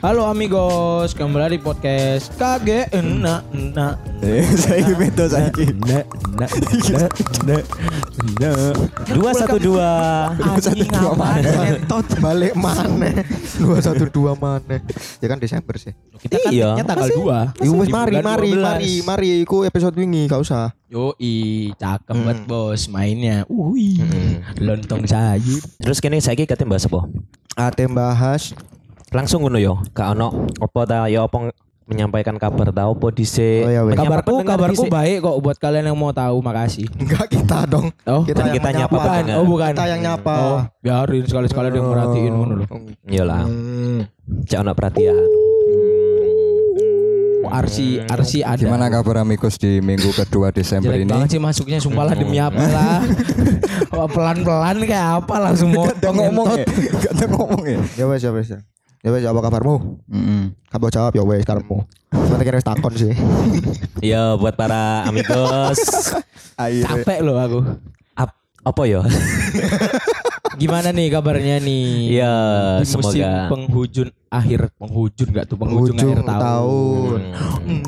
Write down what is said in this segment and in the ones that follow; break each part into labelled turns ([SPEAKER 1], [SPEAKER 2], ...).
[SPEAKER 1] Halo amigos, kembali di podcast KG Enak Enak.
[SPEAKER 2] Saya beto saiki.
[SPEAKER 3] Nda, nda, nda, nda, nda. Dua satu dua.
[SPEAKER 1] Anjing apaan?
[SPEAKER 2] Entot balik mana? 212 mana? Ya kan Desember sih.
[SPEAKER 1] Kita kan
[SPEAKER 3] Iya.
[SPEAKER 1] tag-nya tanggal
[SPEAKER 2] Masih.
[SPEAKER 1] 2.
[SPEAKER 2] Yo wes mari
[SPEAKER 1] bulan
[SPEAKER 2] mari
[SPEAKER 1] 12.
[SPEAKER 2] mari mari iku episode wingi gak usah.
[SPEAKER 1] Yoi, cakep
[SPEAKER 2] Hmm.
[SPEAKER 1] banget bos mainnya. Ui, lontong sayur.
[SPEAKER 3] Terus kini saiki kate bahas apa?
[SPEAKER 2] Ate bahas
[SPEAKER 3] Langsung ngono yo, gak ono apa ta yo apa menyampaikan kabar ta apa dhisik.
[SPEAKER 2] Oh, iya, wes.
[SPEAKER 3] Menyapa
[SPEAKER 1] Kabarku
[SPEAKER 3] pendengar
[SPEAKER 1] kabarku
[SPEAKER 3] dhisik.
[SPEAKER 1] baik kok buat kalian yang mau tahu, makasih.
[SPEAKER 2] enggak kita dong.
[SPEAKER 1] Oh,
[SPEAKER 2] Kita
[SPEAKER 3] bukan
[SPEAKER 2] yang
[SPEAKER 3] kita nyapa,
[SPEAKER 2] menyapa.
[SPEAKER 1] bukan. Oh, bukan.
[SPEAKER 2] Kita yang nyapa. Oh,
[SPEAKER 1] Oh, biarin sekali-sekali ada yang merhatiin ngono loh.
[SPEAKER 3] Iyalah,
[SPEAKER 2] Hmm.
[SPEAKER 3] cek ono perhatian.
[SPEAKER 2] iya.
[SPEAKER 1] Oh, RC RC ada.
[SPEAKER 4] Gimana kabar amigos di minggu kedua Desember ini?
[SPEAKER 1] Jelek banget sih masuknya sumpah lah
[SPEAKER 2] Oh.
[SPEAKER 1] demi apa lah. Wah, Pelan-pelan kayak apa langsung mau
[SPEAKER 4] Gak ngomong ya? Gak ada ngomong ya?
[SPEAKER 2] Ya wes ya wes. ya. Ya wes apa kabarmu?
[SPEAKER 4] Mm-mm.
[SPEAKER 2] Kamu jawab ya wes karepmu. Mati kira takon sih.
[SPEAKER 3] Yo Iya, buat para amigos.
[SPEAKER 4] Akhirnya
[SPEAKER 1] capek loh aku.
[SPEAKER 3] Ap, apa yo?
[SPEAKER 1] Gimana nih kabarnya nih?
[SPEAKER 3] Iya,
[SPEAKER 1] Di musim
[SPEAKER 3] semoga
[SPEAKER 1] penghujung akhir penghujung nggak tuh penghujung
[SPEAKER 2] Ujung
[SPEAKER 1] akhir tahun.
[SPEAKER 2] tahun. Hmm.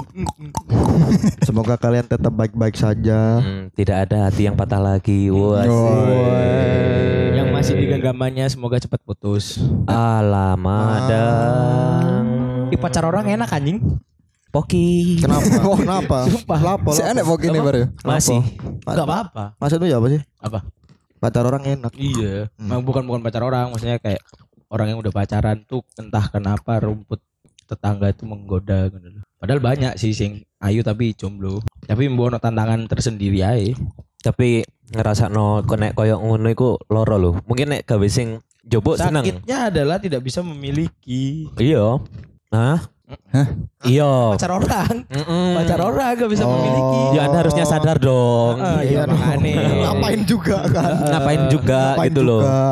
[SPEAKER 2] Semoga kalian tetap baik-baik saja.
[SPEAKER 3] Hmm, tidak ada hati yang patah lagi. Wah.
[SPEAKER 1] Yang masih di genggamannya semoga cepat putus.
[SPEAKER 2] Ah.
[SPEAKER 3] Alamadang.
[SPEAKER 1] Ih, pacar orang enak anjing.
[SPEAKER 3] Poki.
[SPEAKER 2] Kenapa? Kenapa?
[SPEAKER 1] Sumpah.
[SPEAKER 2] Lapo.
[SPEAKER 4] Si
[SPEAKER 2] lapo.
[SPEAKER 4] enak pokoknya bar ya?
[SPEAKER 3] Masih.
[SPEAKER 1] Enggak apa-apa.
[SPEAKER 2] Maksudnya ya apa sih?
[SPEAKER 1] Apa?
[SPEAKER 2] Pacar orang enak.
[SPEAKER 1] Iya. Emang Bukan bukan pacar orang, maksudnya kayak orang yang udah pacaran tuh entah kenapa rumput tetangga itu menggoda gitu loh. Padahal banyak sih sing ayu tapi jomblo. Tapi mbono tantangan tersendiri aja.
[SPEAKER 3] Tapi ngerasa no konek koyok ngono iku loro lho. Mungkin nek gawe sing jobo seneng.
[SPEAKER 1] Sakitnya adalah tidak bisa memiliki
[SPEAKER 3] Iya. Hah?
[SPEAKER 4] Hah?
[SPEAKER 3] Iya.
[SPEAKER 1] pacar orang.
[SPEAKER 3] Mm-mm.
[SPEAKER 1] Pacar orang gak bisa memiliki.
[SPEAKER 2] Oh.
[SPEAKER 3] Hmm. Ya Anda harusnya sadar dong.
[SPEAKER 1] Ah, iya,
[SPEAKER 2] dong.
[SPEAKER 1] makanya.
[SPEAKER 2] Ngapain juga kan?
[SPEAKER 3] Ngapain juga
[SPEAKER 2] Ngapain
[SPEAKER 3] gitu loh.
[SPEAKER 2] juga.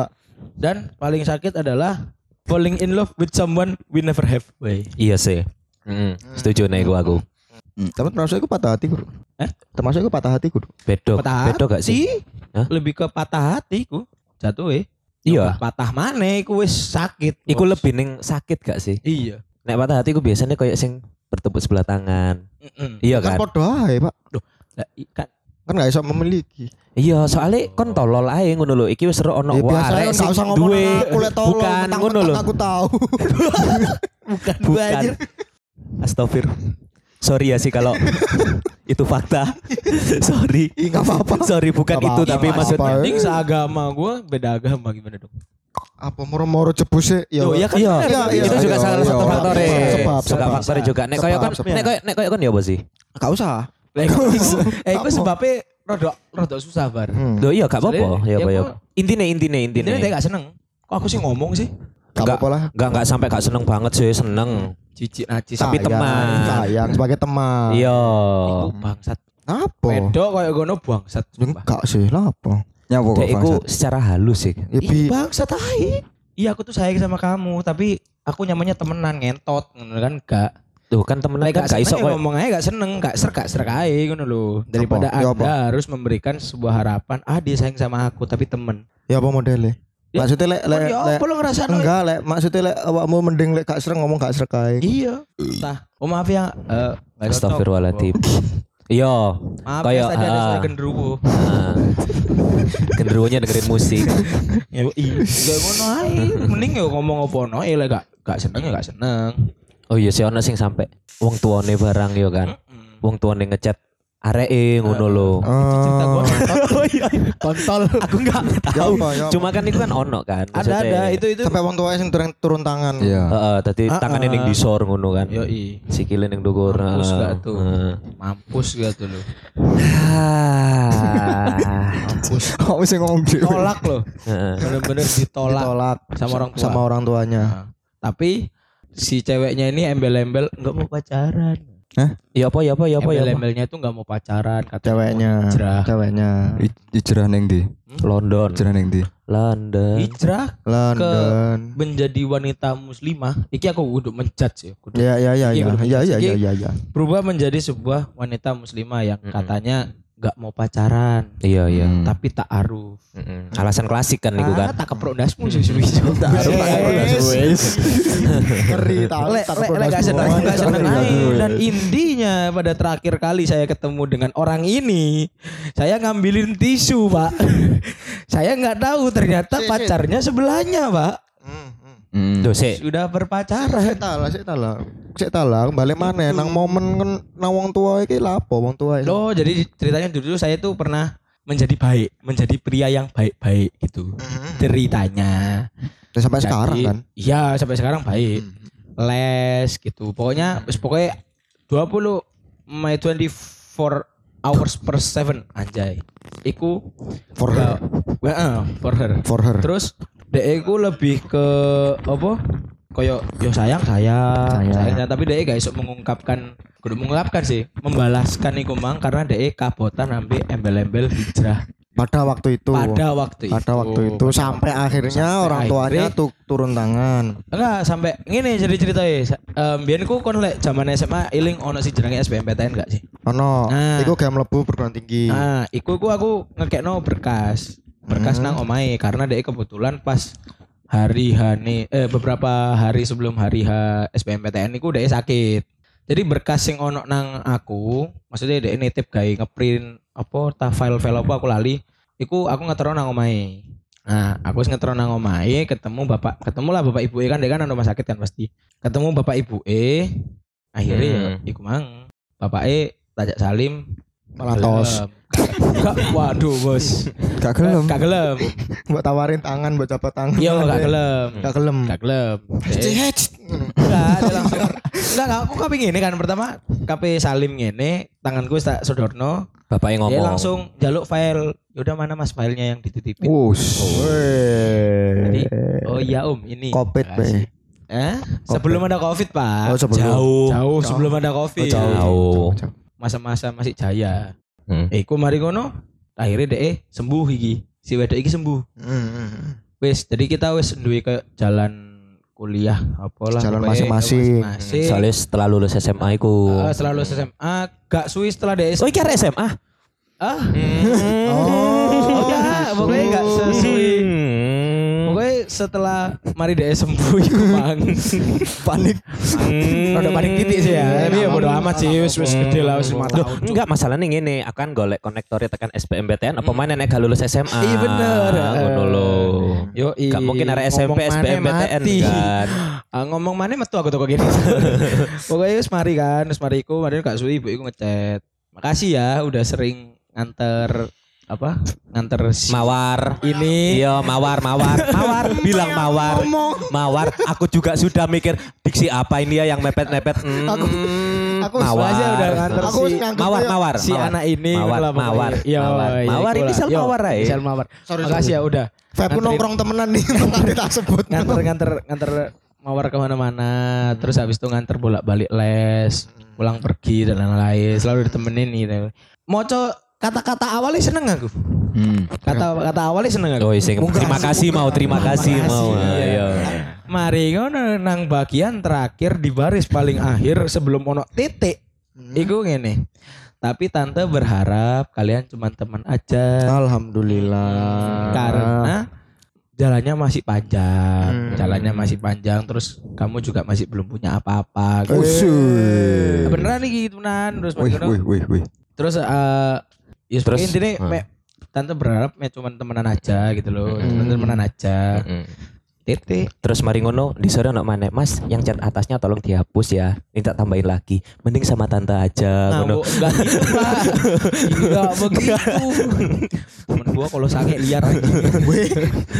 [SPEAKER 1] Dan paling sakit adalah falling in love with someone we never have. Wey.
[SPEAKER 3] Iya sih. Mm-mm. Setuju nek gua aku.
[SPEAKER 2] Tapi termasuk aku patah hati guru.
[SPEAKER 1] Eh?
[SPEAKER 2] Termasuk aku patah hati guru.
[SPEAKER 3] Bedo,
[SPEAKER 1] Patah
[SPEAKER 3] bedo gak sih? Hah?
[SPEAKER 1] Lebih ke patah hati ku. Jatuh eh.
[SPEAKER 3] Iya.
[SPEAKER 1] Patah mana ku wis sakit.
[SPEAKER 3] Iku
[SPEAKER 1] bos.
[SPEAKER 3] lebih ning sakit gak sih?
[SPEAKER 1] Iya.
[SPEAKER 3] Nek patah hati ku biasanya koyok sing bertepuk sebelah tangan.
[SPEAKER 1] Mm-mm.
[SPEAKER 3] Iya
[SPEAKER 2] Kan
[SPEAKER 3] kan?
[SPEAKER 2] podo ae, Pak.
[SPEAKER 1] Lah, i- kan-
[SPEAKER 2] Kan gak bisa memiliki.
[SPEAKER 3] Iya, soalnya kon tolol ae ngono lho. Iki wis ero ono
[SPEAKER 2] Ya, biasa
[SPEAKER 3] arek
[SPEAKER 2] kan
[SPEAKER 3] sing
[SPEAKER 2] gak usah ngomong
[SPEAKER 3] duwe-
[SPEAKER 2] aku lek tolong.
[SPEAKER 3] Bukan
[SPEAKER 2] mentang-mentang
[SPEAKER 3] ngono lho.
[SPEAKER 2] Aku tahu.
[SPEAKER 1] Bukan,
[SPEAKER 3] Bukan. Astagfir. Sorry ya sih kalau itu fakta. Sorry.
[SPEAKER 2] Ih, nggak apa-apa.
[SPEAKER 3] Sorry bukan
[SPEAKER 2] Nggak
[SPEAKER 3] itu
[SPEAKER 2] apa-apa,
[SPEAKER 3] tapi
[SPEAKER 2] nggak
[SPEAKER 3] maksudnya.
[SPEAKER 2] apa-apa.
[SPEAKER 1] Mending seagama gue beda agama gimana dong?
[SPEAKER 2] Apa moro-moro jebus sih?
[SPEAKER 1] Yo, ya kan
[SPEAKER 3] Iya.
[SPEAKER 1] bener.
[SPEAKER 2] Iya, iya.
[SPEAKER 3] Itu juga
[SPEAKER 4] iya,
[SPEAKER 3] salah
[SPEAKER 4] iya.
[SPEAKER 3] satu ya. faktore.
[SPEAKER 2] Sebab,
[SPEAKER 3] Juga
[SPEAKER 2] sebab.
[SPEAKER 3] faktore juga. Nek koyo kan
[SPEAKER 2] Sebab, sebab.
[SPEAKER 3] nek koyo nek koyo kan ya apa sih?
[SPEAKER 2] Gak usah.
[SPEAKER 1] Lah, iku- iku- eh, iku
[SPEAKER 2] Apa?
[SPEAKER 1] sebabnya rodok rodok susah bar.
[SPEAKER 2] Hmm.
[SPEAKER 3] Loh iya gak apa-apa.
[SPEAKER 1] Soalnya,
[SPEAKER 3] Ya
[SPEAKER 1] ya,
[SPEAKER 3] apa ya.
[SPEAKER 1] kok-
[SPEAKER 3] Intine intine intine.
[SPEAKER 1] Ini dia gak seneng. Kok aku sih ngomong sih?
[SPEAKER 2] Gak apa-apa lah.
[SPEAKER 3] Enggak enggak sampai gak seneng banget sih, seneng.
[SPEAKER 1] Cici nacis.
[SPEAKER 3] Tapi
[SPEAKER 2] Sayang,
[SPEAKER 3] teman.
[SPEAKER 2] Sayang sebagai teman.
[SPEAKER 3] Iya.
[SPEAKER 1] Iku bangsat.
[SPEAKER 2] Apa?
[SPEAKER 1] Wedok kayak gono bangsat. sumpah.
[SPEAKER 2] Enggak sih, lah apa?
[SPEAKER 4] Nyawa kok
[SPEAKER 3] Dek iku secara halus sih.
[SPEAKER 2] Ya,
[SPEAKER 1] Ih,
[SPEAKER 2] bi-
[SPEAKER 1] bangsat tai. Iya aku tuh sayang sama kamu, tapi aku nyamannya temenan ngentot ngono kan gak.
[SPEAKER 3] Tuh kan temen
[SPEAKER 1] Nek
[SPEAKER 3] kan
[SPEAKER 1] gak
[SPEAKER 3] gak iso
[SPEAKER 1] seneng ya
[SPEAKER 3] koyo
[SPEAKER 1] ngomong aja gak seneng, gak serk gak serk aja ngono lho. Daripada
[SPEAKER 2] Apa? Ya
[SPEAKER 1] Anda
[SPEAKER 2] apa?
[SPEAKER 1] harus memberikan sebuah harapan, ah dia sayang sama aku tapi temen.
[SPEAKER 2] Ya apa modelnya?
[SPEAKER 1] Ya,
[SPEAKER 2] Maksudnya lek lek
[SPEAKER 1] Kon, ya
[SPEAKER 2] lek-
[SPEAKER 1] apa lo ngerasa
[SPEAKER 2] enggak lek maksudnya lek awakmu mending lek gak sering ngomong gak sering kae.
[SPEAKER 1] Iya. Entah. Oh maaf ya. eh, nggak cocok.
[SPEAKER 3] Astagfirullahaladzim. Iya.
[SPEAKER 1] Maaf ya
[SPEAKER 3] Kayak,
[SPEAKER 1] tadi ada
[SPEAKER 3] ah.
[SPEAKER 1] suara genderuwo.
[SPEAKER 3] Nah. Genderuwonya dengerin musik.
[SPEAKER 1] Ya iya. Gak ngono ae. Mending ya ngomong apa no ya lah, gak gak seneng ya gak seneng.
[SPEAKER 3] Oh iya sih ono sing sampe wong tuane barang yo kan. Wong tuane ngechat areke ngono lho.
[SPEAKER 1] Cerita gua
[SPEAKER 2] Oh.
[SPEAKER 1] kontol. Aku enggak
[SPEAKER 2] Ya apa, ya apa?
[SPEAKER 3] Cuma kan itu kan ono kan.
[SPEAKER 1] Ada ada itu itu.
[SPEAKER 2] ya. sampai wong tuanya sing turun, turun tangan.
[SPEAKER 4] Iya
[SPEAKER 3] Heeh, tadi tangannya ning disor ngono kan.
[SPEAKER 1] Yo i.
[SPEAKER 3] Sikile ning dhuwur.
[SPEAKER 1] Mampus
[SPEAKER 3] heeh.
[SPEAKER 1] gak tuh.
[SPEAKER 3] Heeh.
[SPEAKER 1] Mampus gak tuh lu. Mampus.
[SPEAKER 4] Kok bisa ngomong gitu?
[SPEAKER 1] Tolak loh.
[SPEAKER 3] Heeh.
[SPEAKER 1] Bener-bener ditolak.
[SPEAKER 2] Ditolak
[SPEAKER 1] Sama orang tua.
[SPEAKER 2] sama orang tuanya.
[SPEAKER 1] Nah, Tapi si ceweknya ini embel-embel nggak mau pacaran.
[SPEAKER 3] Ya apa ya apa ya apa ya. apa?
[SPEAKER 1] Embel-embelnya tuh nggak mau pacaran. katanya
[SPEAKER 2] Ceweknya.
[SPEAKER 1] mau Hijrah.
[SPEAKER 2] Ceweknya.
[SPEAKER 4] Ijrah neng di
[SPEAKER 3] London.
[SPEAKER 4] Ijrah neng di
[SPEAKER 3] London.
[SPEAKER 1] Hijrah
[SPEAKER 2] London.
[SPEAKER 1] menjadi wanita muslimah iki aku kudu menjat sih kudu
[SPEAKER 2] Ya ya
[SPEAKER 1] Iya,
[SPEAKER 2] ya ya
[SPEAKER 1] kudu
[SPEAKER 2] ya ya
[SPEAKER 1] Jadi-
[SPEAKER 2] ya ya ya.
[SPEAKER 1] berubah menjadi sebuah wanita muslimah yang katanya nggak mau pacaran
[SPEAKER 3] Iya iya.
[SPEAKER 2] Mm.
[SPEAKER 4] Hmm.
[SPEAKER 1] tapi tak aruf
[SPEAKER 3] Mm-mm. Alasan klasik kan niku kan.
[SPEAKER 1] Ah, tak keprok dasmu sih suwijo tak
[SPEAKER 2] aruf, tak keprok dasmu, ya.
[SPEAKER 4] wes.
[SPEAKER 2] Ngeri tahu.
[SPEAKER 1] Lek
[SPEAKER 2] tak
[SPEAKER 1] lek
[SPEAKER 2] perlu
[SPEAKER 1] lek gak
[SPEAKER 2] bahas
[SPEAKER 1] seneng
[SPEAKER 2] bohong.
[SPEAKER 1] gak seneng
[SPEAKER 4] Sorry,
[SPEAKER 1] lain.
[SPEAKER 4] Mas.
[SPEAKER 1] dan intinya pada terakhir kali saya ketemu dengan orang ini saya ngambilin tisu pak saya nggak tahu ternyata
[SPEAKER 2] Sik, sik.
[SPEAKER 1] pacarnya sebelahnya pak
[SPEAKER 2] Hmm, hmm.
[SPEAKER 3] Duh, sik.
[SPEAKER 1] sudah berpacaran
[SPEAKER 2] Sik tak lah, sik tak lah. Sik tak lah, balik mana nang momen kan nang wong tua iki lapo wong tua iki.
[SPEAKER 1] loh Oh, jadi ceritanya dulu saya tuh pernah menjadi baik menjadi pria yang baik-baik gitu
[SPEAKER 2] Hmm.
[SPEAKER 1] ceritanya
[SPEAKER 2] Dan sampai
[SPEAKER 1] Jadi,
[SPEAKER 2] sekarang kan. Hmm,
[SPEAKER 1] iya sampai sekarang baik les gitu pokoknya wis pokoknya 20 my 24 hours per 7 anjay iku
[SPEAKER 2] For her.
[SPEAKER 1] Well, eh, for her
[SPEAKER 2] For her.
[SPEAKER 1] terus dek iku lebih ke apa koyo yo sayang sayang sayang, sayang. tapi dek gak iso mengungkapkan kudu mengungkapkan sih membalaskan iku mang karena dek kabotan sampai embel-embel hijrah
[SPEAKER 2] Pada waktu itu.
[SPEAKER 1] pada waktu itu
[SPEAKER 2] Pada waktu itu sampai akhirnya
[SPEAKER 1] Sampai
[SPEAKER 2] orang tuanya
[SPEAKER 1] akhirnya.
[SPEAKER 2] tuh turun tangan.
[SPEAKER 1] Enggak, sampai ngene jadi ceritanya. Em biyen ku kon lek zaman SMA iling ono si jenenge SBMPTN enggak sih?
[SPEAKER 2] Ono,
[SPEAKER 1] Nah.
[SPEAKER 2] iku game lebu perguruan tinggi.
[SPEAKER 1] Nah, iku ku aku ngekekno berkas. Berkas nang omahe karena dek kebetulan pas hari Hane eh beberapa hari sebelum hari H SBMPTN iku dek sakit. Jadi berkas sing ono nang aku, maksudnya dek nitip gawe ngeprint apa ta file-file apa aku lali, iku aku ngetero nang omahe. Nah, aku wis ngetro nang omahe ketemu bapak, ketemulah bapak ibu e kan dek kan nang rumah sakit kan pasti. Ketemu bapak ibu e akhirnya ya iku mang bapak e tajak salim
[SPEAKER 2] Malah tos.
[SPEAKER 1] Gak, waduh bos.
[SPEAKER 4] Gak gelem.
[SPEAKER 1] Gak gelem.
[SPEAKER 2] Mbok tawarin tangan, mbok jabat tangan.
[SPEAKER 1] Iya gak gelem.
[SPEAKER 2] Gak gelem.
[SPEAKER 1] Gak gelem. Eh. Enggak, dia langsung. Enggak, enggak, aku kape ngene kan pertama kape salim ngene, tanganku wis tak sodorno,
[SPEAKER 3] Bapaknya ngomong.
[SPEAKER 1] dia langsung jaluk file. Yaudah mana Mas filenya yang dititipin?
[SPEAKER 4] Wush. Eh,
[SPEAKER 1] Jadi, oh iya Om, ini.
[SPEAKER 2] Covid,
[SPEAKER 1] Makasih.
[SPEAKER 2] Pak.
[SPEAKER 1] Eh? Sebelum ada Covid, Pak.
[SPEAKER 2] Oh, sebelum. Oh,
[SPEAKER 1] Jauh. Jauh sebelum ada Covid.
[SPEAKER 3] Tahu.
[SPEAKER 1] Masa-masa masih jaya.
[SPEAKER 3] Hmm.
[SPEAKER 1] Eh, ku mari ngono, akhirnya deh sembuh iki. Si wedok iki sembuh.
[SPEAKER 2] Hmm,
[SPEAKER 1] wis jadi kita wis duwe ke jalan kuliah apalah
[SPEAKER 2] Jalan
[SPEAKER 1] pokoknya
[SPEAKER 2] masing-masing.
[SPEAKER 1] masing-masing.
[SPEAKER 3] Soalnya setelah lulus SMA iku.
[SPEAKER 1] Eh, selalu SMA gak suwi setelah DS
[SPEAKER 3] Oh, iki arek SMA.
[SPEAKER 1] ah
[SPEAKER 3] Hmm.
[SPEAKER 2] Oh.
[SPEAKER 1] enggak iya, pokoknya gak sesuai
[SPEAKER 3] Hmm.
[SPEAKER 1] pokoknya setelah mari DS sembuh iku mang panik rada panik titik sih
[SPEAKER 3] Hmm.
[SPEAKER 1] ya tapi ya bodo amat sih wis wis gede lah wis 5
[SPEAKER 3] Loh,
[SPEAKER 1] tahun
[SPEAKER 3] Hmm. enggak masalahnya ngene, akan golek konektornya tekan SBMPTN apa mana nek gak lulus SMA.
[SPEAKER 1] Hmm. Iya, bener. Iya.
[SPEAKER 3] Ngono lho.
[SPEAKER 1] yo
[SPEAKER 3] Gak mungkin arek SMP SBMPTN kan.
[SPEAKER 1] Ah, ngomong mana metu aku toko gini. Pokoknya wis mari kan, wis mari iku, mari gak suwi ibu iku ngechat. Makasih ya udah sering nganter apa? Nganter si
[SPEAKER 3] Mawar.
[SPEAKER 1] ini.
[SPEAKER 3] Iya, mawar, mawar, mawar, bilang mawar, mawar. Aku juga sudah mikir diksi apa ini ya yang mepet-mepet. Hmm,
[SPEAKER 2] Aku- aku
[SPEAKER 3] mawar,
[SPEAKER 1] aja udah nganter
[SPEAKER 2] Aku
[SPEAKER 1] si-
[SPEAKER 2] nganggep
[SPEAKER 3] mawar,
[SPEAKER 2] kayak-
[SPEAKER 3] mawar,
[SPEAKER 1] si
[SPEAKER 3] mawar.
[SPEAKER 1] anak ini
[SPEAKER 3] mawar,
[SPEAKER 1] lah pokoknya.
[SPEAKER 3] mawar,
[SPEAKER 1] Iya,
[SPEAKER 3] mawar,
[SPEAKER 1] iya,
[SPEAKER 3] mawar.
[SPEAKER 1] ikulah.
[SPEAKER 3] Ini sel
[SPEAKER 1] Yo,
[SPEAKER 3] mawar ae.
[SPEAKER 1] Sel mawar.
[SPEAKER 2] Sorry,
[SPEAKER 1] Makasih
[SPEAKER 2] sorry.
[SPEAKER 1] ya udah.
[SPEAKER 2] Vape
[SPEAKER 1] Nganterin-
[SPEAKER 2] nongkrong temenan nih, tadi tak sebut.
[SPEAKER 1] nganter nganter nganter mawar kemana-mana
[SPEAKER 3] Hmm.
[SPEAKER 1] terus habis itu nganter bolak-balik les pulang pergi dan lain-lain selalu ditemenin gitu moco kata-kata awalnya seneng aku
[SPEAKER 4] Hmm.
[SPEAKER 1] kata-kata awalnya seneng aku
[SPEAKER 3] Oh, sing, terima kasih mau, terima kasih mau. Ah, Iya.
[SPEAKER 1] Makasih,
[SPEAKER 3] Ayo.
[SPEAKER 1] iya. mari ngono nang bagian terakhir di baris paling akhir sebelum ono titik
[SPEAKER 3] Hmm.
[SPEAKER 1] iku ngene tapi tante berharap kalian cuma teman aja
[SPEAKER 2] Alhamdulillah.
[SPEAKER 1] karena jalannya masih panjang
[SPEAKER 2] Hmm.
[SPEAKER 1] jalannya masih panjang terus kamu juga masih belum punya apa-apa gitu.
[SPEAKER 4] Wush.
[SPEAKER 1] Ya, beneran nih gitu beneran terus
[SPEAKER 4] Eh. Wih,
[SPEAKER 1] maksudnya-
[SPEAKER 4] wih, wih, wih.
[SPEAKER 1] terus eh ya
[SPEAKER 3] Terus,
[SPEAKER 1] terus intinya
[SPEAKER 3] eh.
[SPEAKER 1] me, tante berharap me cuman temenan aja gitu loh cuman temenan aja
[SPEAKER 3] Mm.
[SPEAKER 1] titik
[SPEAKER 3] Terus mari ngono di sore anak mana Mas yang cat atasnya tolong dihapus ya Minta tambahin lagi Mending sama tante aja ngono.
[SPEAKER 1] ngambok enggak gitu pak enggak begitu temen gua kalau sange liar anjing.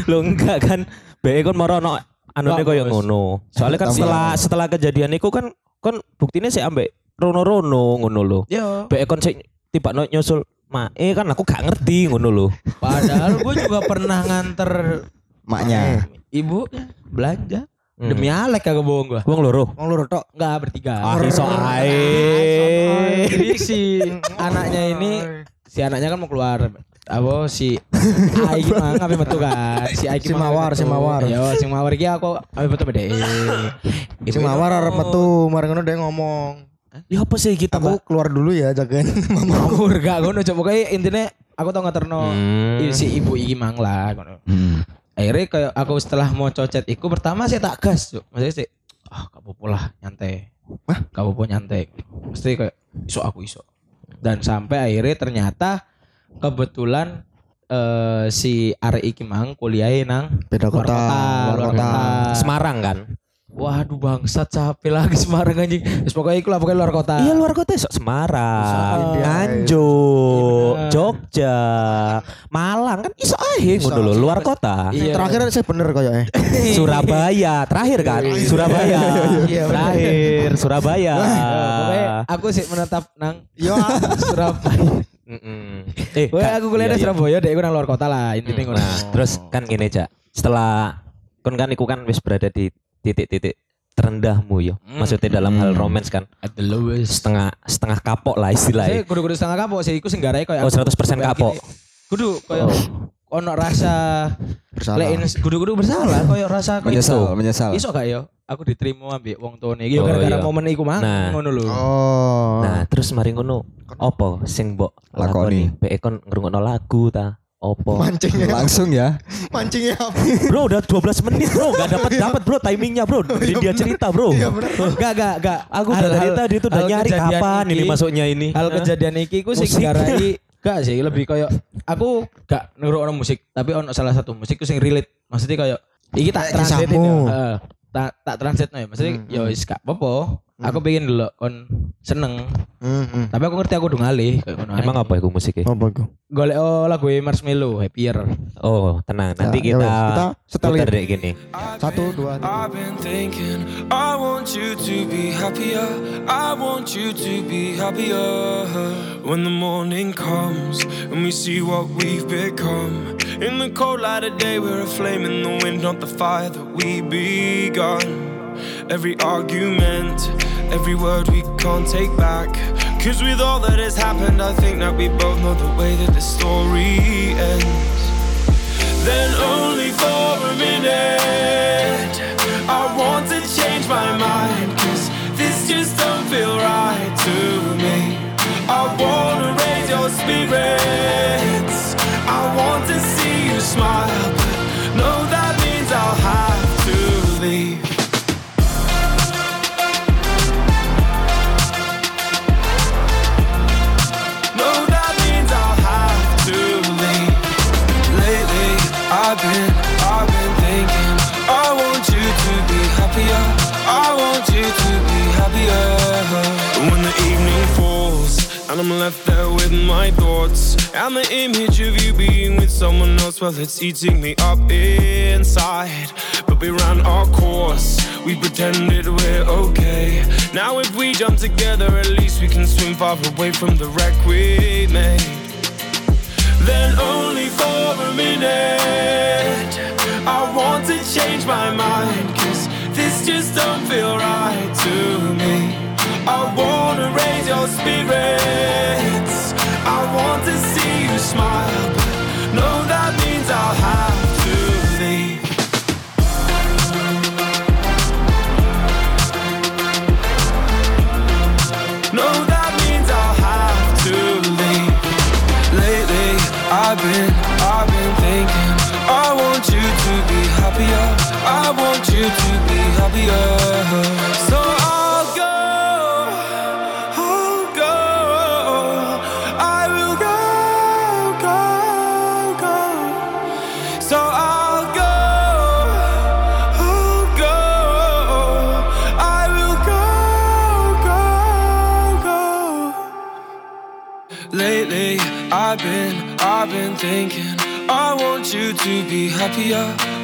[SPEAKER 3] Lo enggak kan Be kan moro no Anone
[SPEAKER 1] Enggak,
[SPEAKER 3] koyo
[SPEAKER 1] Bos.
[SPEAKER 3] ngono Soalnya kan setelah setelah kejadian itu kan Kan buktinya sih ambek Rono-rono ngono lo
[SPEAKER 1] yo
[SPEAKER 3] Be kan sih tiba no nyusul Ma eh kan aku gak ngerti ngono lo
[SPEAKER 1] padahal gua juga pernah nganter
[SPEAKER 4] Maknya.
[SPEAKER 1] Eh, ibu belanja
[SPEAKER 3] Hmm.
[SPEAKER 1] demi Alek kagak bohong gua
[SPEAKER 3] Wong loro
[SPEAKER 2] Wong lur tok.
[SPEAKER 1] enggak bertiga
[SPEAKER 3] Ah iso ae
[SPEAKER 1] Jadi si anaknya ini si anaknya kan mau keluar. Apa si Ai ki mang ape metu kan? Si Ai ki
[SPEAKER 2] Si
[SPEAKER 1] mang
[SPEAKER 2] Mawar,
[SPEAKER 1] metu.
[SPEAKER 2] si Mawar.
[SPEAKER 1] Yo, Iya, si Mawar iki aku ape metu bedhe.
[SPEAKER 2] Si mawar arep metu, mari ngono dia ngomong.
[SPEAKER 3] Ya apa sih kita,
[SPEAKER 2] Aku
[SPEAKER 3] Mbak?
[SPEAKER 2] keluar dulu ya jagain mama.
[SPEAKER 1] ngawur gak ngono coba kayak intinya aku tau ngeterno
[SPEAKER 3] Hmm.
[SPEAKER 1] si ibu iki mangla ngono.
[SPEAKER 4] Hmm.
[SPEAKER 1] Akhirnya kayak aku setelah mau cocet iku pertama saya tak gas cuk. Maksudnya sih ah gak apa-apa lah nyantai. Hah? Gak apa-apa nyantai. Mesti kayak iso aku iso. Dan sampai akhirnya ternyata kebetulan eh si Ari iki mang kuliahin nang
[SPEAKER 2] Beda
[SPEAKER 1] luar
[SPEAKER 2] kota,
[SPEAKER 1] luar kota.
[SPEAKER 3] Semarang kan?
[SPEAKER 1] Waduh bangsat capek lagi Semarang anjing. Terus pokoknya iku lah pokoknya luar kota.
[SPEAKER 3] Iya luar kota sok Semarang,
[SPEAKER 2] Iya.
[SPEAKER 3] Nganjuk,
[SPEAKER 1] Iya.
[SPEAKER 3] Jogja, Malang kan iso ae ngono lho luar kota.
[SPEAKER 1] Iya.
[SPEAKER 2] Terakhir saya bener kayaknya.
[SPEAKER 3] Surabaya terakhir kan Surabaya
[SPEAKER 1] Iya, bener. iya,
[SPEAKER 3] terakhir Surabaya
[SPEAKER 1] Eh, Pokoknya
[SPEAKER 3] Ah.
[SPEAKER 1] aku sih menetap nang
[SPEAKER 2] Yo,
[SPEAKER 1] Surabaya.
[SPEAKER 3] Mm-mm. eh
[SPEAKER 1] Wah,
[SPEAKER 3] Kak,
[SPEAKER 1] aku kuliah
[SPEAKER 3] iya,
[SPEAKER 1] di
[SPEAKER 3] iya.
[SPEAKER 1] Surabaya, dek aku nang luar kota lah
[SPEAKER 3] Mm,
[SPEAKER 1] intinya ngono.
[SPEAKER 3] nah, terus kan gini aja setelah kon kan iku kan wis berada di titik-titik terendahmu yo maksudnya dalam hal romance kan
[SPEAKER 1] at the lowest.
[SPEAKER 3] setengah setengah kapok lah
[SPEAKER 1] Saya
[SPEAKER 3] istilahnya
[SPEAKER 1] kudu-kudu setengah kapok sih, iku senggarai kayak
[SPEAKER 3] oh 100% kapok Oh.
[SPEAKER 1] Kudu kayak ono rasa
[SPEAKER 2] bersalah.
[SPEAKER 1] lain kudu-kudu bersalah kayak rasa kayak
[SPEAKER 4] Menyesal, menyesal.
[SPEAKER 1] Iso gak yo? Aku diterima ambek wong tuane iki
[SPEAKER 3] Oh,
[SPEAKER 1] gara-gara
[SPEAKER 3] iya.
[SPEAKER 1] momen iku mang
[SPEAKER 3] Nah.
[SPEAKER 1] ngono lho.
[SPEAKER 2] Oh.
[SPEAKER 3] nah terus mari ngono opo sing mbok
[SPEAKER 4] Lakoni.
[SPEAKER 3] lakoni pe kon ngrungokno lagu ta opo
[SPEAKER 2] Mancingnya,
[SPEAKER 4] Langsung ya.
[SPEAKER 2] mancingnya apa?
[SPEAKER 3] bro udah 12 menit bro gak dapat dapat bro timingnya bro Jadi dia cerita bro
[SPEAKER 1] Gak gak gak. Aku
[SPEAKER 3] aku udah
[SPEAKER 1] hal-
[SPEAKER 3] Iya, dari
[SPEAKER 1] hal-
[SPEAKER 3] tadi tuh udah
[SPEAKER 1] hal
[SPEAKER 3] nyari
[SPEAKER 1] kejadian
[SPEAKER 3] kapan ini masuknya ini
[SPEAKER 1] Hal kejadian iki ku sing
[SPEAKER 3] Musik.
[SPEAKER 1] garai gak sih lebih kayak aku gak nurut ono musik tapi ono salah satu musik ku sing relate. Maksudnya kayak iki tak
[SPEAKER 2] Kayak
[SPEAKER 1] transit ya.
[SPEAKER 2] kisahmu.
[SPEAKER 1] Heeh. tak tak transit ya. Maksudnya yo wis gak apa-apa. Aku pengen dulu kon seneng.
[SPEAKER 2] Hmm.
[SPEAKER 1] Tapi aku ngerti aku udah ngalih kayak ngono.
[SPEAKER 3] emang apa itu musiknya
[SPEAKER 2] Apa itu?
[SPEAKER 1] golek oh, lagu Marshmello Happier.
[SPEAKER 3] oh tenang nanti
[SPEAKER 2] Ya, ya
[SPEAKER 3] kita ya.
[SPEAKER 2] wes, kita setelin.
[SPEAKER 3] putar deh gini
[SPEAKER 2] Satu, dua, tiga.
[SPEAKER 5] I've been thinking, I want you to be happier. I want you to be happier. When the morning comes and we see what we've become. In the cold light of day, we're a flame in the wind, not the fire that we begun. Every argument, every word we can't take back. Cause with all that has happened, I think that we both know the way that the story ends then only for a minute. I want to change my mind, cause this just don't feel right to me. I wanna raise your spirits, I want to see you smile, but no, that means I'll have to leave. No, that means I'll have to leave. Lately, I've been, I've been thinking. I want you to be happier. I want you to be happier. When the evening falls, and I'm left there with my thoughts, and the image of you being with someone else, well, it's eating me up inside. But we ran our course, we pretended we're okay. Now, if we jump together, at least we can swim far away from the wreck we made then only for a minute. I want to change my mind, cause this just don't feel right to me. I wanna raise your spirits, I want to see you smile. but No, that means I'll have to leave. No, that means I'll have to leave. Lately, I've been, I've been thinking. I want you to be happier. I want you to be happier. So I'll go. I'll go. I will go, go, go. So I'll go. I'll go. I will go, go, go. Lately, I've been, I've been thinking. I want you to be happier.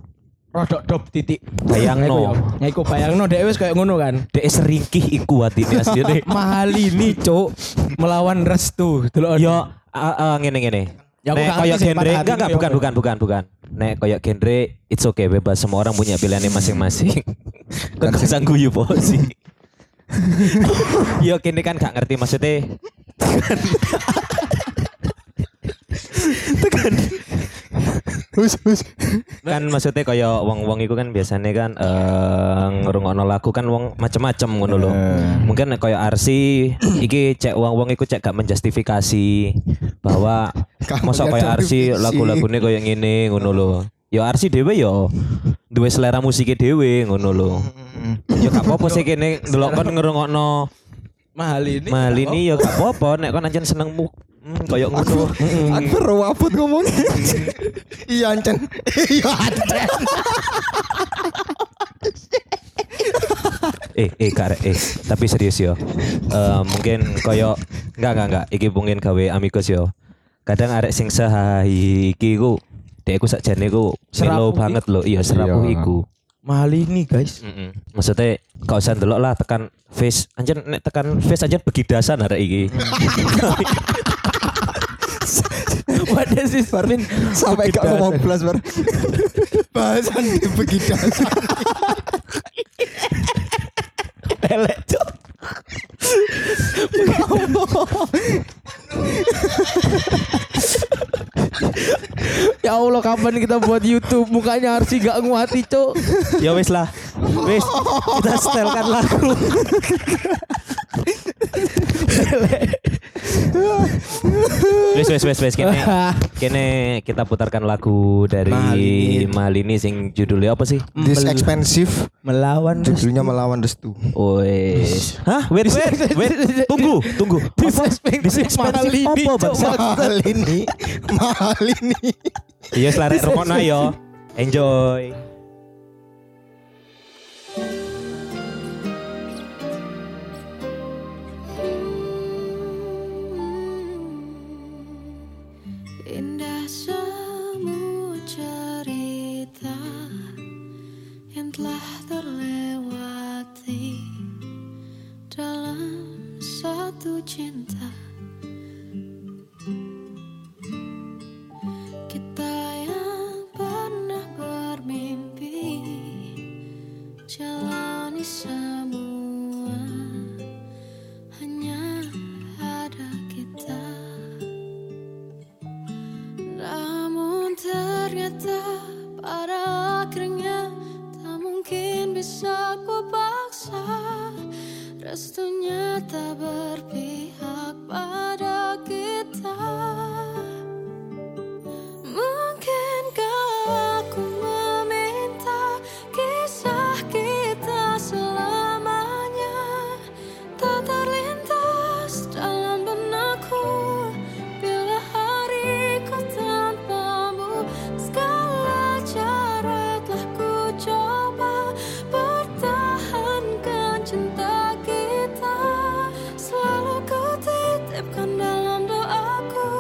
[SPEAKER 1] rodok dop titik.
[SPEAKER 3] Bayangno.
[SPEAKER 1] Iku yo. Ya iku bayangno dhek wis kayak ngono kan.
[SPEAKER 3] dek seringkih iku atine asline
[SPEAKER 1] Mahal ini cuk melawan restu. Delok
[SPEAKER 3] Yo eh, eh, ngene ngene.
[SPEAKER 1] Ya, aku
[SPEAKER 3] Nek
[SPEAKER 1] gak ngerti
[SPEAKER 3] koyo
[SPEAKER 1] sih,
[SPEAKER 3] genre
[SPEAKER 1] patah hati
[SPEAKER 3] enggak enggak
[SPEAKER 1] itu
[SPEAKER 3] bukan
[SPEAKER 1] apa.
[SPEAKER 3] bukan bukan bukan. Nek koyo genre it's okay bebas semua orang punya pilihannya masing-masing. Kok gak sang guyu po sih. Yo kene kan gak ngerti maksudnya. Tekan.
[SPEAKER 2] Hus hus.
[SPEAKER 3] kan maksudnya koyo wong-wong iku kan biasanya kan eh ngrungokno lagu kan wong macem-macem ngono lho. Mungkin koyo Arsi iki cek wong-wong iku cek gak menjustifikasi bahwa
[SPEAKER 2] Gak
[SPEAKER 3] masa koyo Arsi
[SPEAKER 2] menjustifikasi.
[SPEAKER 3] lagu-lagune koyo ngene ngono lho. Ya Arsi dhewe ya duwe selera musiknya dhewe ngono lho. Ya gak apa-apa sih kene ndelok kon ngrungokno
[SPEAKER 1] mahal ini.
[SPEAKER 3] mal ini ya gak apa-apa nek kon anjen seneng mu hmm, koyo ngono. Mm.
[SPEAKER 2] Aku rawabut ngomongnya. Iya ancen. Iya ancen.
[SPEAKER 3] eh eh kare eh tapi serius yo Eh, mungkin koyo enggak enggak enggak iki mungkin gawe amigos yo kadang arek sing sehari iki ku dekku sakjane ku
[SPEAKER 1] Serapuh
[SPEAKER 3] melo banget lho iya serapuh
[SPEAKER 4] Iya.
[SPEAKER 3] iku
[SPEAKER 1] Mahal ini guys.
[SPEAKER 3] Mm-mm. maksudnya gak usah ndelok lah tekan face anjen nek tekan face anjen begidasan arek iki
[SPEAKER 1] What is this Marvin?
[SPEAKER 2] Sampai gak ngomong belas bar. Bahasan di begitu.
[SPEAKER 3] elek cok
[SPEAKER 1] Ya Allah kapan kita buat YouTube mukanya Arsi gak nguati cuk.
[SPEAKER 3] ya wis lah wis kita setelkan lagu wis wis wis wis kene kene kita putarkan lagu dari
[SPEAKER 1] Malini.
[SPEAKER 3] Malini sing judulnya apa sih
[SPEAKER 2] This expensive
[SPEAKER 1] Melawan restu.
[SPEAKER 2] judulnya melawan destu.
[SPEAKER 3] Wes. Hah? Wait, wait, wait. Tunggu, tunggu. Apa? Disexpensive
[SPEAKER 1] Malini,
[SPEAKER 3] apa,
[SPEAKER 1] Cuk?
[SPEAKER 3] bangsa?
[SPEAKER 2] Mahal ini. Mahal ini.
[SPEAKER 3] Iya, selare rungokno yo. Enjoy.
[SPEAKER 6] Indah semua cerita yang telah terlewati dalam satu cinta. Kita yang pernah bermimpi jalani semua hanya ada kita. Namun ternyata pada akhirnya tak mungkin bisa ku paksa Restunya tak berpihak pada kita Mungkinkah aku meminta kisah kita selamanya Tak terlintas dalam benakku Bila hariku tanpamu Segala cara telah ku coba Pertahankan cinta kita Selalu ku titipkan dalam doaku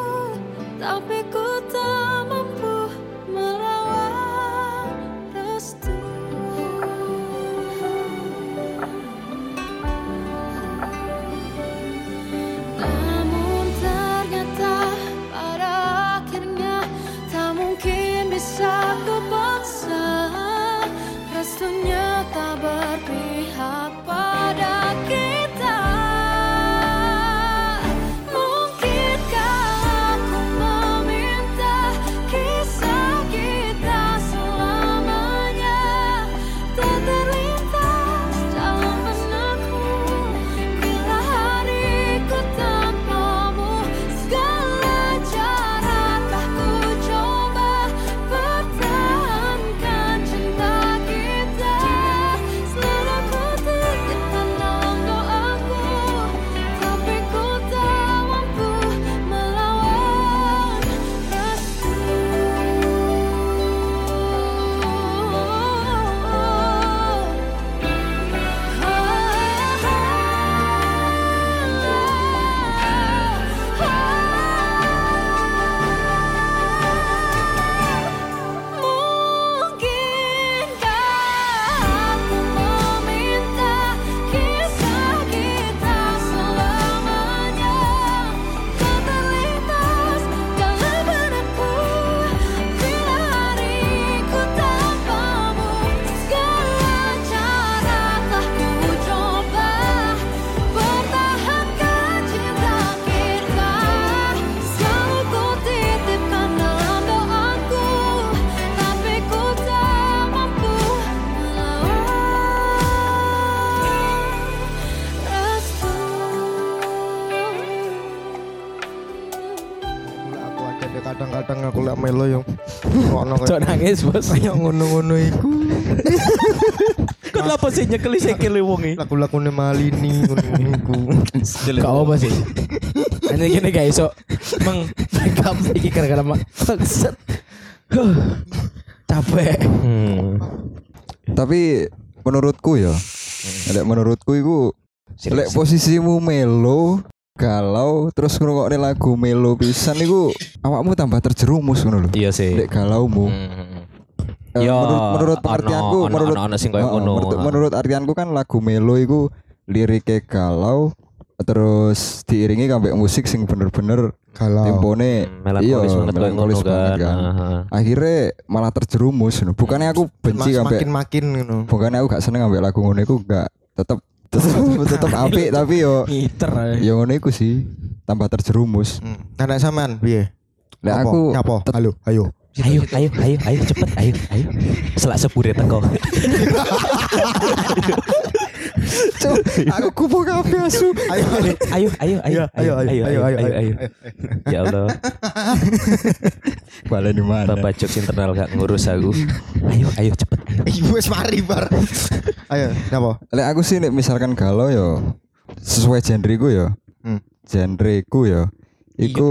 [SPEAKER 2] melo yo. Ngono
[SPEAKER 1] Cok nangis bos.
[SPEAKER 2] Kayak ngono-ngono iku.
[SPEAKER 3] Kan lapo sih nyekeli sekele wong
[SPEAKER 2] Lagu-lagune Malini ngono iku.
[SPEAKER 1] Kau apa sih? Ini gini guys, so meng makeup iki gara-gara mak. Set. Huh. Capek.
[SPEAKER 3] Hmm.
[SPEAKER 7] Tapi menurutku ya. Lek menurutku iku lek posisimu melo galau terus ngrungokne lagu melo pisan iku awakmu tambah terjerumus ngono lho.
[SPEAKER 3] Iya sih.
[SPEAKER 7] Lek galaumu.
[SPEAKER 3] Hmm.
[SPEAKER 7] Eh,
[SPEAKER 3] Ya,
[SPEAKER 7] menurut, menurut
[SPEAKER 3] ono,
[SPEAKER 7] pengertianku,
[SPEAKER 3] ono,
[SPEAKER 7] menurut
[SPEAKER 3] ono, ono sing koyo
[SPEAKER 7] Heeh,
[SPEAKER 3] ngono.
[SPEAKER 7] Menurut, menurut artianku kan lagu melo iku liriknya galau terus diiringi sampai musik sing bener-bener
[SPEAKER 2] Kalau
[SPEAKER 7] tempone
[SPEAKER 3] Hmm,
[SPEAKER 7] iya,
[SPEAKER 3] Melankolis banget koyo ngono
[SPEAKER 7] melankolis
[SPEAKER 3] kan.
[SPEAKER 7] banget kan.
[SPEAKER 3] Heeh.
[SPEAKER 7] Akhirnya malah terjerumus ngono. Bukannya aku benci sampai
[SPEAKER 2] makin-makin ngono.
[SPEAKER 7] bukannya aku gak seneng ambil lagu ngono iku gak tetep tetep tetep apik tapi yo
[SPEAKER 1] Ngiter.
[SPEAKER 3] eh.
[SPEAKER 7] yo ngono iku sih tambah terjerumus.
[SPEAKER 2] Hmm. Anak sampean piye?
[SPEAKER 7] Lek
[SPEAKER 2] Apa?
[SPEAKER 7] aku
[SPEAKER 2] nyapo? Halo, ayo.
[SPEAKER 3] Ayo, ayo, ayo, ayo cepet, ayo, ayo. Selak sepure teko.
[SPEAKER 7] Cuk, aku kupu kafe asu.
[SPEAKER 2] Ayo.
[SPEAKER 3] Ayo, ayo, ayo, Iya, ayo, ayo, ayo, ayo, ayo. Ya Allah,
[SPEAKER 7] Balen di mana?
[SPEAKER 3] bapak jokes internal gak ngurus aku. Ayo, ayo cepet.
[SPEAKER 2] Ibu wis mari bar. Ayo, nyapo?
[SPEAKER 7] Lek aku sih nek misalkan galau yo sesuai genreku yo.
[SPEAKER 2] Hmm.
[SPEAKER 7] Genreku yo. Iku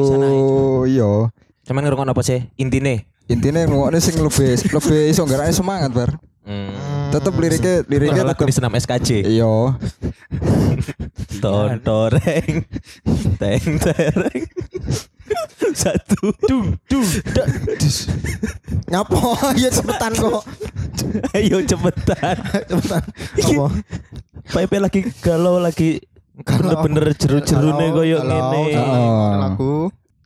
[SPEAKER 7] iya. yo
[SPEAKER 3] Cuman ngerungok apa sih? Intine.
[SPEAKER 7] intinya ngomongnya sing lebih lebih iso nggarane semangat bar.
[SPEAKER 3] Hmm.
[SPEAKER 7] Tetep liriknya liriknya
[SPEAKER 3] Kalau lagu
[SPEAKER 7] tetep iya,
[SPEAKER 3] di senam SKJ.
[SPEAKER 7] yo
[SPEAKER 3] Ton toreng. Teng tereng. Satu. Dung dung.
[SPEAKER 2] Nyapo? Ya cepetan kok.
[SPEAKER 3] Ayo cepetan.
[SPEAKER 2] Cepetan. Apa?
[SPEAKER 3] Pepe lagi galau lagi bener-bener jeru-jerune koyo
[SPEAKER 2] Halo,
[SPEAKER 3] ngene.
[SPEAKER 2] halo,
[SPEAKER 7] Oh.
[SPEAKER 2] Lagu.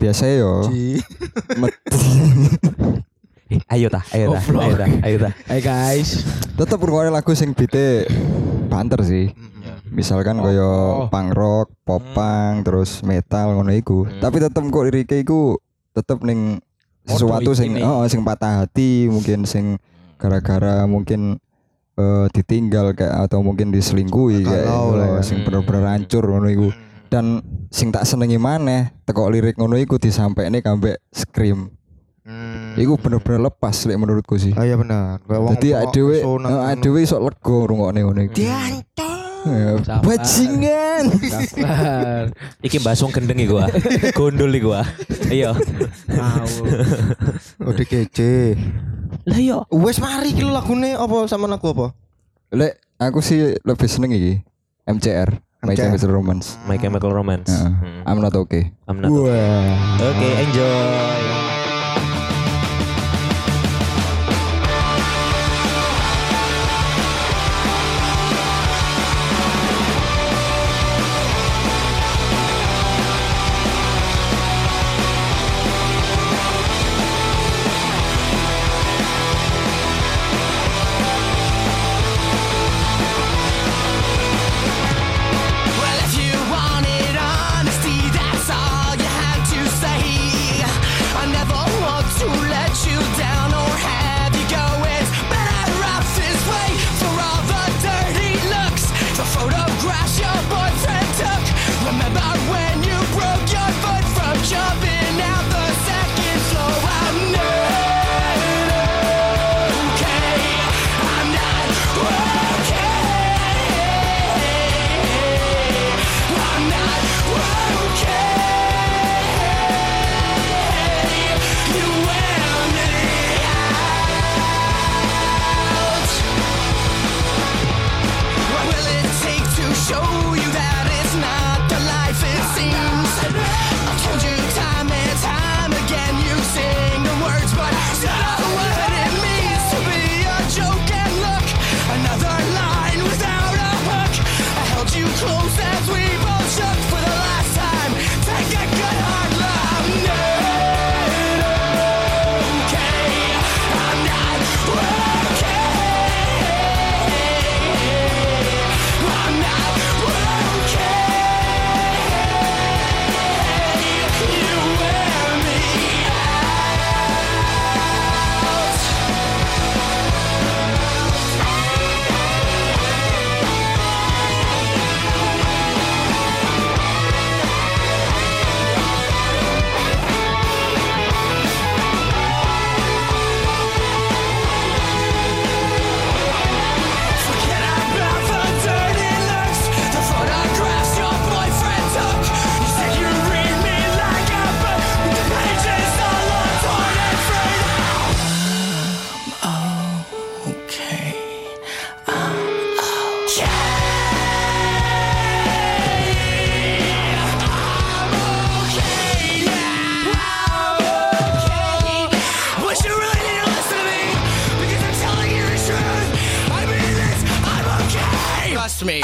[SPEAKER 7] biasa yo.
[SPEAKER 2] Di-
[SPEAKER 3] Eh, Ayo tah, ayo tah, ayo tah, ayo tah.
[SPEAKER 1] Hai guys.
[SPEAKER 7] tetep ngrungokne lagu sing bite banter sih. Misalkan koyo punk rock, pop punk, terus metal ngono iku. Tapi tetep kok liriknya iku tetep ning
[SPEAKER 1] Podo
[SPEAKER 7] sesuatu sing
[SPEAKER 1] iki nih.
[SPEAKER 7] oh, sing patah hati, mungkin sing gara-gara mungkin eh, ditinggal kayak atau mungkin diselingkuhi kayak
[SPEAKER 2] Kalau
[SPEAKER 7] ngono,
[SPEAKER 2] lah ya.
[SPEAKER 7] sing bener-bener hancur ngono iku. Dan sing tak senengi maneh teko lirik ngono iku disampaikne kambek scream. Iku bener-bener lepas lek menurutku sih.
[SPEAKER 2] Oh iya benar. Kayak wong
[SPEAKER 7] Jadi
[SPEAKER 2] tua,
[SPEAKER 7] awake dhewe
[SPEAKER 2] pesona,
[SPEAKER 7] heeh, awake dhewe iso lego ngrungokne ngono iku. Diantong.
[SPEAKER 1] Sabar.
[SPEAKER 7] Bajingan.
[SPEAKER 1] Sabar.
[SPEAKER 3] Iki basung kendeng iku ah. Gondol iku ah. Iya.
[SPEAKER 1] Tahu.
[SPEAKER 2] Udah kece. Lah yo. Wes mari iki lagune apa sama lagu apa?
[SPEAKER 7] Lek aku sih lebih seneng iki MCR, My
[SPEAKER 2] MCR.
[SPEAKER 7] Chemical Romance.
[SPEAKER 3] My Chemical Romance.
[SPEAKER 7] Heeh.
[SPEAKER 3] Hmm.
[SPEAKER 7] I'm not okay.
[SPEAKER 3] I'm not okay. Oke, enjoy.
[SPEAKER 8] Well, if you wanted honesty, that's all you had to say. I never me.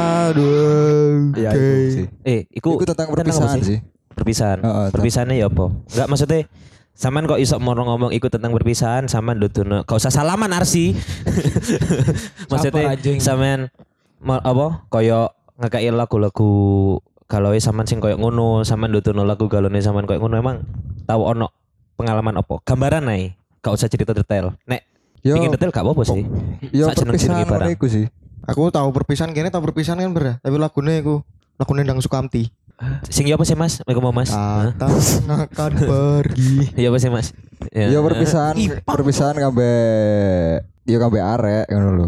[SPEAKER 2] Aduh.
[SPEAKER 7] Iya, itu sih.
[SPEAKER 3] Eh, iku,
[SPEAKER 7] Iku tentang
[SPEAKER 3] apa
[SPEAKER 7] perpisahan sih.
[SPEAKER 3] Perpisahan.
[SPEAKER 7] Heeh, tentang-
[SPEAKER 3] Perpisahannya ya apa? Enggak maksudnya Saman kok iso mau ngomong ikut tentang perpisahan Saman duduno Kau usah salaman Arsi Maksudnya
[SPEAKER 1] Sabar, anjing.
[SPEAKER 3] Saman ma- Apa? Koyo ngekai lagu-lagu Kalau Saman sing koyo ngono Saman duduno lagu galone Saman koyo ngono Emang tahu ono pengalaman apa? Gambaran ae. Gak usah cerita detail Nek
[SPEAKER 7] Yo,
[SPEAKER 3] Pingin detail gak apa-apa sih
[SPEAKER 7] yo
[SPEAKER 3] sak
[SPEAKER 7] perpisahan
[SPEAKER 3] jeneng-jenenge barang.
[SPEAKER 7] ngono iku sih.
[SPEAKER 2] Aku tahu perpisahan kene tahu perpisahan kan ber, tapi lagunya aku lagunya Dang Sukamti.
[SPEAKER 3] Sing ya apa sih mas? Aku mau mas
[SPEAKER 7] Ah.
[SPEAKER 3] Hah?
[SPEAKER 2] Atas akan pergi.
[SPEAKER 3] Ya apa sih mas?
[SPEAKER 7] Yo perpisahan, perpisahan kambe yo kambe arek ngono lho.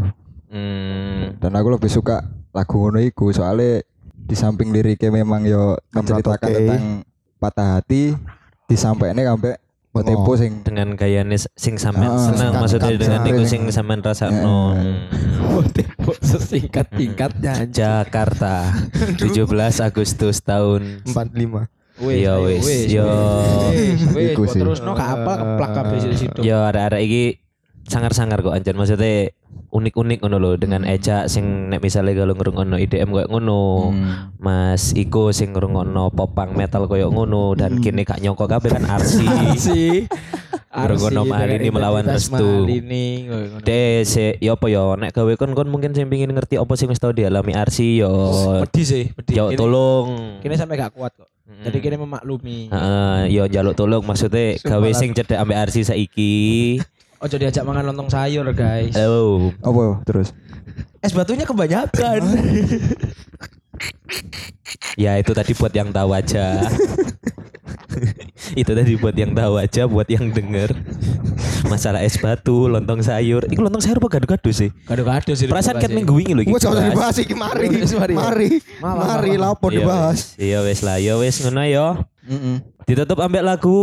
[SPEAKER 3] Hmm.
[SPEAKER 7] Dan aku lebih suka lagu ngono iku soalnya di samping liriknya memang yo menceritakan
[SPEAKER 2] oke.
[SPEAKER 7] tentang patah hati disampaikannya kambe tempo sing
[SPEAKER 2] Oh.
[SPEAKER 3] dengan gayane s- sing sampean
[SPEAKER 7] Ah,
[SPEAKER 3] seneng
[SPEAKER 7] singkat-
[SPEAKER 3] maksudnya
[SPEAKER 7] singkat
[SPEAKER 3] dengan
[SPEAKER 7] sari.
[SPEAKER 3] niku sing sampean rasakno.
[SPEAKER 7] Heeh.
[SPEAKER 1] Tembok sesingkat-singkatnya.
[SPEAKER 3] Jakarta 17 Agustus tahun
[SPEAKER 2] 45.
[SPEAKER 3] Yo
[SPEAKER 1] ayo,
[SPEAKER 3] wis, Oh, yo.
[SPEAKER 1] wis, wis, kok
[SPEAKER 7] Iku sih.
[SPEAKER 1] Eh, terus no gak apa keplak kabeh situ.
[SPEAKER 3] Yo ada-ada iki sangar-sangar kok anjir maksudnya unik-unik ngono lho dengan ejak sing nek misalnya kalau ngrungokno IDM koyo ngono. Mas Iko sing ngrungokno popang metal koyo ngono dan kini gak nyongko kabeh kan Arsi.
[SPEAKER 1] Arsi.
[SPEAKER 3] Bergono Malini melawan restu.
[SPEAKER 1] Malini.
[SPEAKER 3] Deh, se- yo ya apa yo nek gawe kon kon mungkin sing pengin ngerti apa sing wis tau dialami Arsi yo.
[SPEAKER 1] Pedih sih, pedih.
[SPEAKER 3] Oh. Yo
[SPEAKER 1] Kini-
[SPEAKER 3] tolong.
[SPEAKER 1] Kini sampai gak kuat kok. Jadi kini memaklumi.
[SPEAKER 3] Heeh, yo njaluk tolong maksudnya gawe sing cedek ambek Arsi saiki.
[SPEAKER 1] Ojo diajak makan lontong sayur, guys.
[SPEAKER 3] Oh,
[SPEAKER 7] apa terus
[SPEAKER 1] Es batunya kebanyakan.
[SPEAKER 3] ya itu tadi buat yang tahu aja. itu tadi buat yang tahu aja, buat yang denger. Masalah es batu, lontong sayur. Iku lontong sayur apa gado-gado sih?
[SPEAKER 1] Kado-kado sih.
[SPEAKER 3] Perasaan
[SPEAKER 1] dibahas ya.
[SPEAKER 3] ket
[SPEAKER 1] sih.
[SPEAKER 3] minggu wingi lho iki.
[SPEAKER 2] Wes gak usah
[SPEAKER 3] dibahas.
[SPEAKER 2] dibahas iki mari.
[SPEAKER 1] Wes, mari.
[SPEAKER 2] Mari.
[SPEAKER 1] Malah,
[SPEAKER 2] Mari
[SPEAKER 1] malah.
[SPEAKER 2] lapor
[SPEAKER 3] Iya,
[SPEAKER 2] dibahas.
[SPEAKER 3] wes. Iya wes lah, yo wes ngono yo. Ditutup ambek lagu.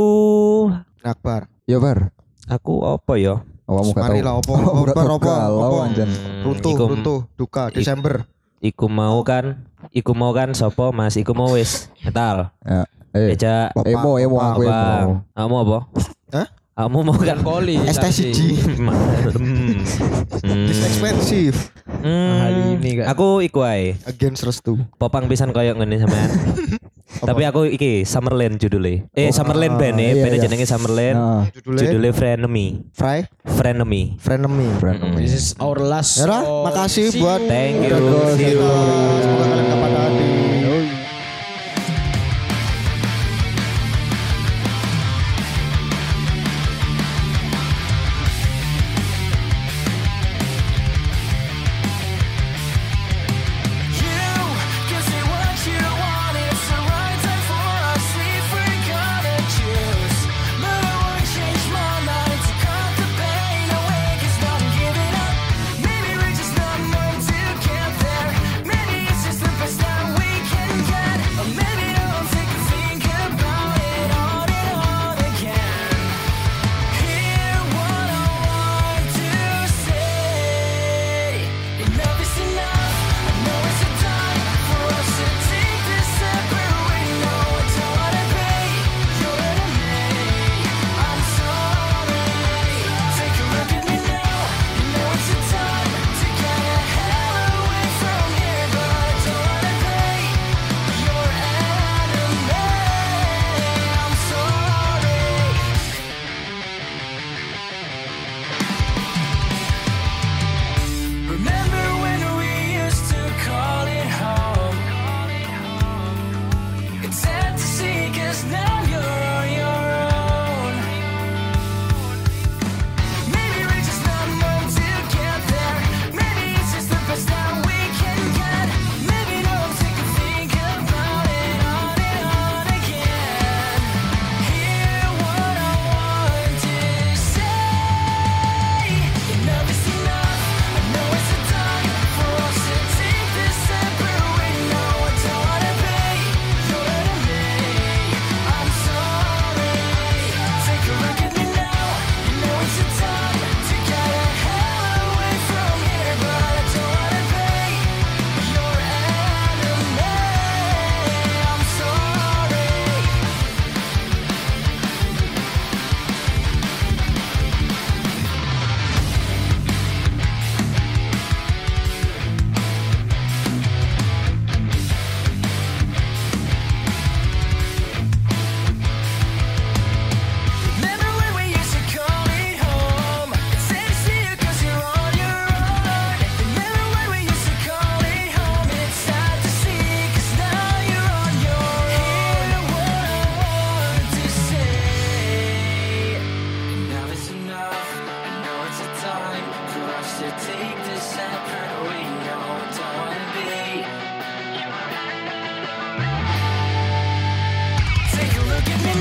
[SPEAKER 2] Akbar.
[SPEAKER 7] ya bar
[SPEAKER 3] Aku apa ya? yo?
[SPEAKER 7] awakmu gak
[SPEAKER 2] Mari
[SPEAKER 7] tau.
[SPEAKER 2] lah opo
[SPEAKER 7] Awakmu gak
[SPEAKER 2] opo
[SPEAKER 7] tau
[SPEAKER 2] opo
[SPEAKER 7] galau,
[SPEAKER 2] opo.
[SPEAKER 7] anjen.
[SPEAKER 3] Hmm,
[SPEAKER 2] Runtuh
[SPEAKER 3] iku-
[SPEAKER 2] runtuh duka Desember.
[SPEAKER 3] Iku mau kan, iku mau kan sopo Mas, iku mau wis metal.
[SPEAKER 7] Ya, eh
[SPEAKER 3] Eja
[SPEAKER 2] Popang,
[SPEAKER 7] emo emo
[SPEAKER 2] popang.
[SPEAKER 7] aku emo
[SPEAKER 3] Bang, kamu apa?
[SPEAKER 2] Hah?
[SPEAKER 3] Kamu mau kan?
[SPEAKER 1] Koli.
[SPEAKER 2] STCG.
[SPEAKER 3] Hmm.
[SPEAKER 2] This expensive
[SPEAKER 1] Mahal
[SPEAKER 3] Hmm.
[SPEAKER 1] ini, Kak.
[SPEAKER 3] Aku iku ae.
[SPEAKER 2] against restu.
[SPEAKER 3] Popang pisan koyo ngene sampean. Tapi aku iki Summerland judulnya. Eh Summerland band eh,
[SPEAKER 7] iya,
[SPEAKER 3] band
[SPEAKER 7] iya.
[SPEAKER 3] jenenge Summerland.
[SPEAKER 7] Nah,
[SPEAKER 2] Judulnya
[SPEAKER 3] Judulnya Frenemy.
[SPEAKER 2] Fry
[SPEAKER 3] Frenemy.
[SPEAKER 2] Frenemy.
[SPEAKER 1] This is our last.
[SPEAKER 2] Ya Ra,
[SPEAKER 1] song.
[SPEAKER 2] makasih
[SPEAKER 1] See
[SPEAKER 2] buat
[SPEAKER 3] Thank you.
[SPEAKER 2] Terus kita.
[SPEAKER 3] See you.
[SPEAKER 2] Semoga kalian dapat hati.
[SPEAKER 5] Maybe it's just the
[SPEAKER 8] Give me